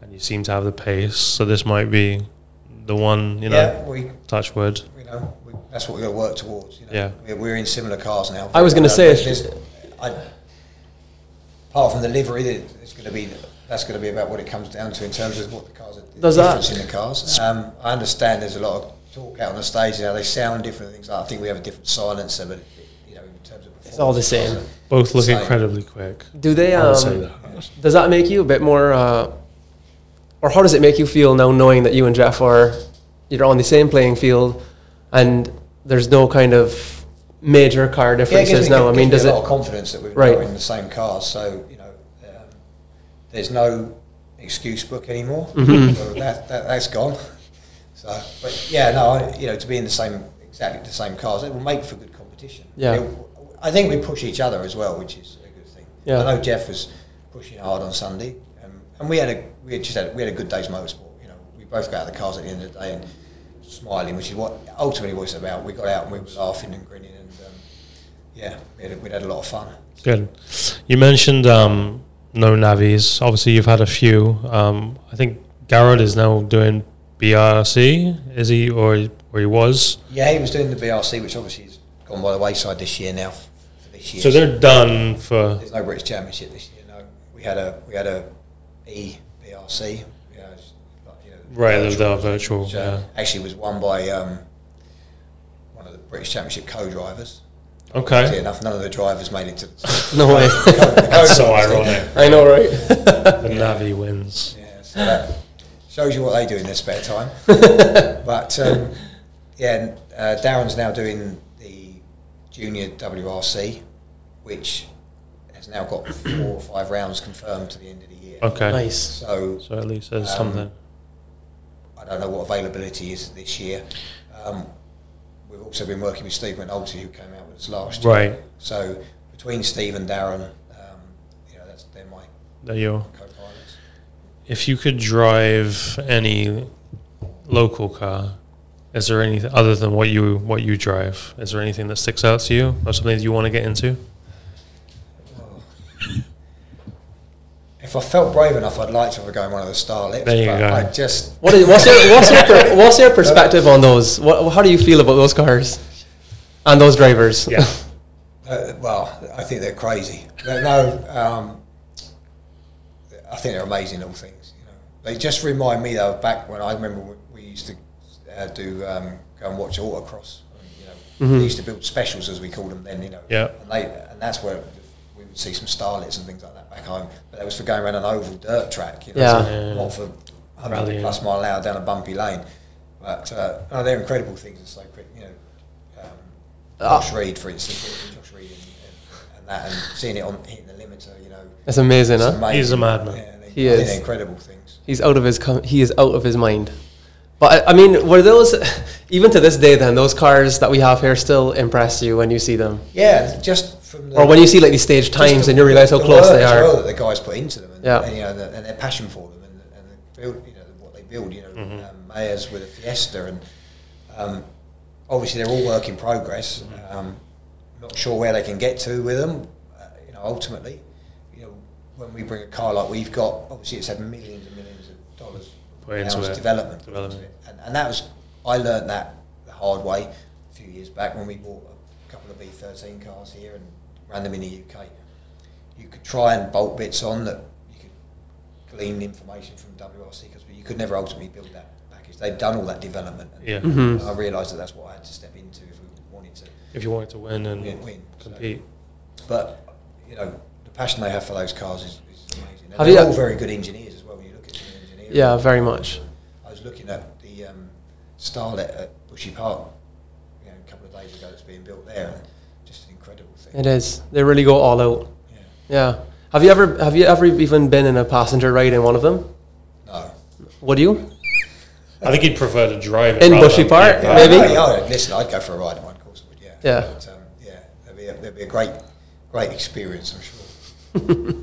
E: and you seem to have the pace. So this might be the one you know.
F: Yeah, we
E: Touch wood.
F: you know, we, that's what we got to work towards. You know?
E: Yeah.
F: we're, we're in similar cars now.
G: I was gonna say,
F: There's-
G: it's-
F: there's- I, apart from the livery, there- it's going to be that's going to be about what it comes down to in terms of what the cars are.
G: Does
F: the
G: that-
F: difference in the cars? Um, I understand there's a lot of talk out on the stage now. They sound different things. Like, I think we have a different silencer, but you know, in terms of
G: It's all the
F: performance,
G: same.
E: Both look
F: Same.
E: incredibly quick.
G: Do they?
E: I would say
G: Um,
E: that.
G: does that make you a bit more, uh, or how does it make you feel now knowing that you and Jeff are, you're on the same playing field, and there's no kind of major car
F: Yeah, it gives
G: differences
F: me-
G: now? I
F: gives
G: mean,
F: me
G: does
F: a
G: it?
F: lot of confidence that we're
G: Right.
F: in the same cars? So you know, um, there's no excuse book anymore.
G: Mm-hmm.
F: So that, that that's gone. So, but yeah, no, I, you know, to be in the same exactly the same cars, it will make for good competition.
G: Yeah.
F: It- I think we push each other as well, which is a good thing.
G: Yeah.
F: I know Jeff was pushing hard on Sunday, um, and we had a we had just had we had a good day's motorsport. You know, we both got out of the cars at the end of the day and smiling, which is what ultimately what it's about. We got out and we were laughing and grinning, and um, yeah, we had, we'd had a lot of fun.
E: Good. You mentioned um, no navies. Obviously, you've had a few. Um, I think Garrod is now doing BRC. Is he or or he was?
F: Yeah, he was doing the BRC, which obviously has gone by the wayside this year now. f- For this year,
E: So they're done for.
F: there's no British Championship this year. No, we had a we had a E BRC. You know, it's like, you know,
E: Right, the- the virtual,
F: which,
E: yeah.
F: Actually, was won by um, one of the British Championship co-drivers. Funny
E: Okay.
F: enough, none of the drivers made it to. The
G: No way.
E: That's so ironic.
G: I know, right?
E: The Navi wins.
F: yeah, so that shows you what they do in their spare time. but um, yeah, uh, Darren's now doing the junior WRC, which has now got four or five rounds confirmed to the end of the year.
E: Okay.
G: Nice.
F: So
E: So at least there's something.
F: I don't know what availability is this year. Um, we've also been working with Steve McNulty, who came out with us last year.
E: Right.
F: So between Steve and Darren, um, you know, that's, they're my
E: There you are.
F: co-pilots.
E: If you could drive any local car, is there anything other than what you what you drive? Is there anything that sticks out to you, or something that you want to get into?
F: If I felt brave enough, I'd like to have a go in one of the Starlets,
E: There you
F: but
E: go.
F: I just
G: What is, what's your what's your per, what's your perspective on those? What, how do you feel about those cars and those drivers?
E: Yeah.
F: Uh, well, I think they're crazy. But no, um, I think they're amazing little things. You know, they just remind me though back when I remember we- we used to uh, do um, go and watch autocross. And, you know, we used to build specials as we called them then. You know,
E: Mm-hmm. Yeah.
F: And they and that's where we would see some starlets and things like that back home. But that was for going around an oval dirt track. You know,
G: Yeah.
E: Yeah.
F: Not for 100
E: Rallying.
F: plus mile an hour down a bumpy lane. But uh, no, they're incredible things. It's so quick. You know. Um,
G: Uh, Ah,
F: Josh Reed, for instance, Josh Reed and, and, and that, and seeing it on hitting the limiter, you know,
G: That's amazing,
F: it's
G: huh?
F: amazing.
E: He's a madman.
F: Yeah, they,
G: He
F: I think
G: is.
F: they're incredible things.
G: He's out of his com- he is out of his mind. But I, I mean, were those even to this day? Then those cars that we have here still impress you when you see them,
F: Yeah, just from the,
G: or when you see like these stage
F: just
G: times
F: the-
G: and you realize how
F: the
G: close
F: work
G: they
F: as
G: are.
F: well that the guys put into them, and,
G: Yeah.
F: and, you know, the, and their passion for them, and, the- and the build, you know, what they build, you know,
E: Mm-hmm.
F: um, Mayers with a Fiesta, and um, obviously they're all work in progress. Um, not sure where they can get to with them, uh, you know, ultimately. You know, when we bring a car like we've got, obviously it's had millions and millions of dollars
E: Put into
F: pounds
E: it.
F: development,
E: Development.
F: And, and that was I learned that the hard way a few years back when we bought a couple of B13 cars here and ran them in the UK. You could try and bolt bits on that you could glean information from WRC because you could never ultimately build that package. They'd done all that development, and
E: Yeah.
G: Mm-hmm.
F: I realised that that's what I had to step into if we wanted to
E: If you wanted to win and
F: win. win. So-
E: compete,
F: but you know, the passion they have for those cars is, is amazing. And
G: Have
F: they're
G: you-
F: all very good engineers as well. When you look at some engineers,
G: Yeah, very much.
F: I was looking at the um, Starlet at Bushy Park, you know, a couple of days ago. That's being built there, and just an incredible thing.
G: It is. They really go all out.
F: Yeah.
G: Yeah. Have you ever have you ever even been in a passenger ride in one of them?
F: No,
G: Would you?
E: I think he'd prefer to drive it
G: In
E: rather
G: Bushy
E: than-
G: Park?
E: Yeah.
G: Maybe.
F: No, yeah, I'd- listen, I'd go for a ride in one, of course, I would. Yeah,
G: Yeah.
F: But, um, yeah, that'd be a, that'd be a great, great experience, I'm sure.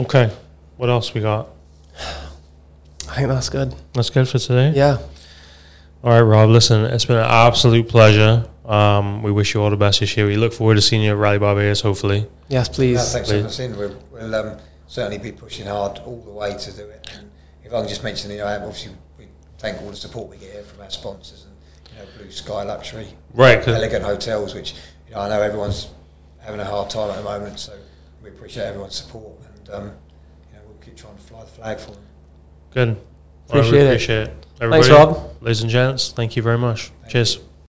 E: Okay. What else we got?
G: I think that's good.
E: That's good for today.
G: Yeah.
E: All right, Rob. Listen, it's been an absolute pleasure. Um, we wish you all the best this year. We look forward to seeing you at Rally Barbados, hopefully.
G: Yes,
F: No,
G: please.
F: thanks for listening. We'll, we'll um, certainly be pushing hard all the way to do it. And if I can just mention, you know, obviously we thank all the support we get here from our sponsors and you know, Blue Sky Luxury,
E: Right. 'cause-
F: Elegant Hotels, which you know I know everyone's having a hard time at the moment. So we appreciate everyone's support, and um, you know we'll keep trying to fly the flag for them.
E: Good. I
G: Appreciate it.
E: appreciate it.
G: Thanks,
E: Everybody,
G: Rob.
E: Ladies and gents, thank you very much. Cheers.
F: you.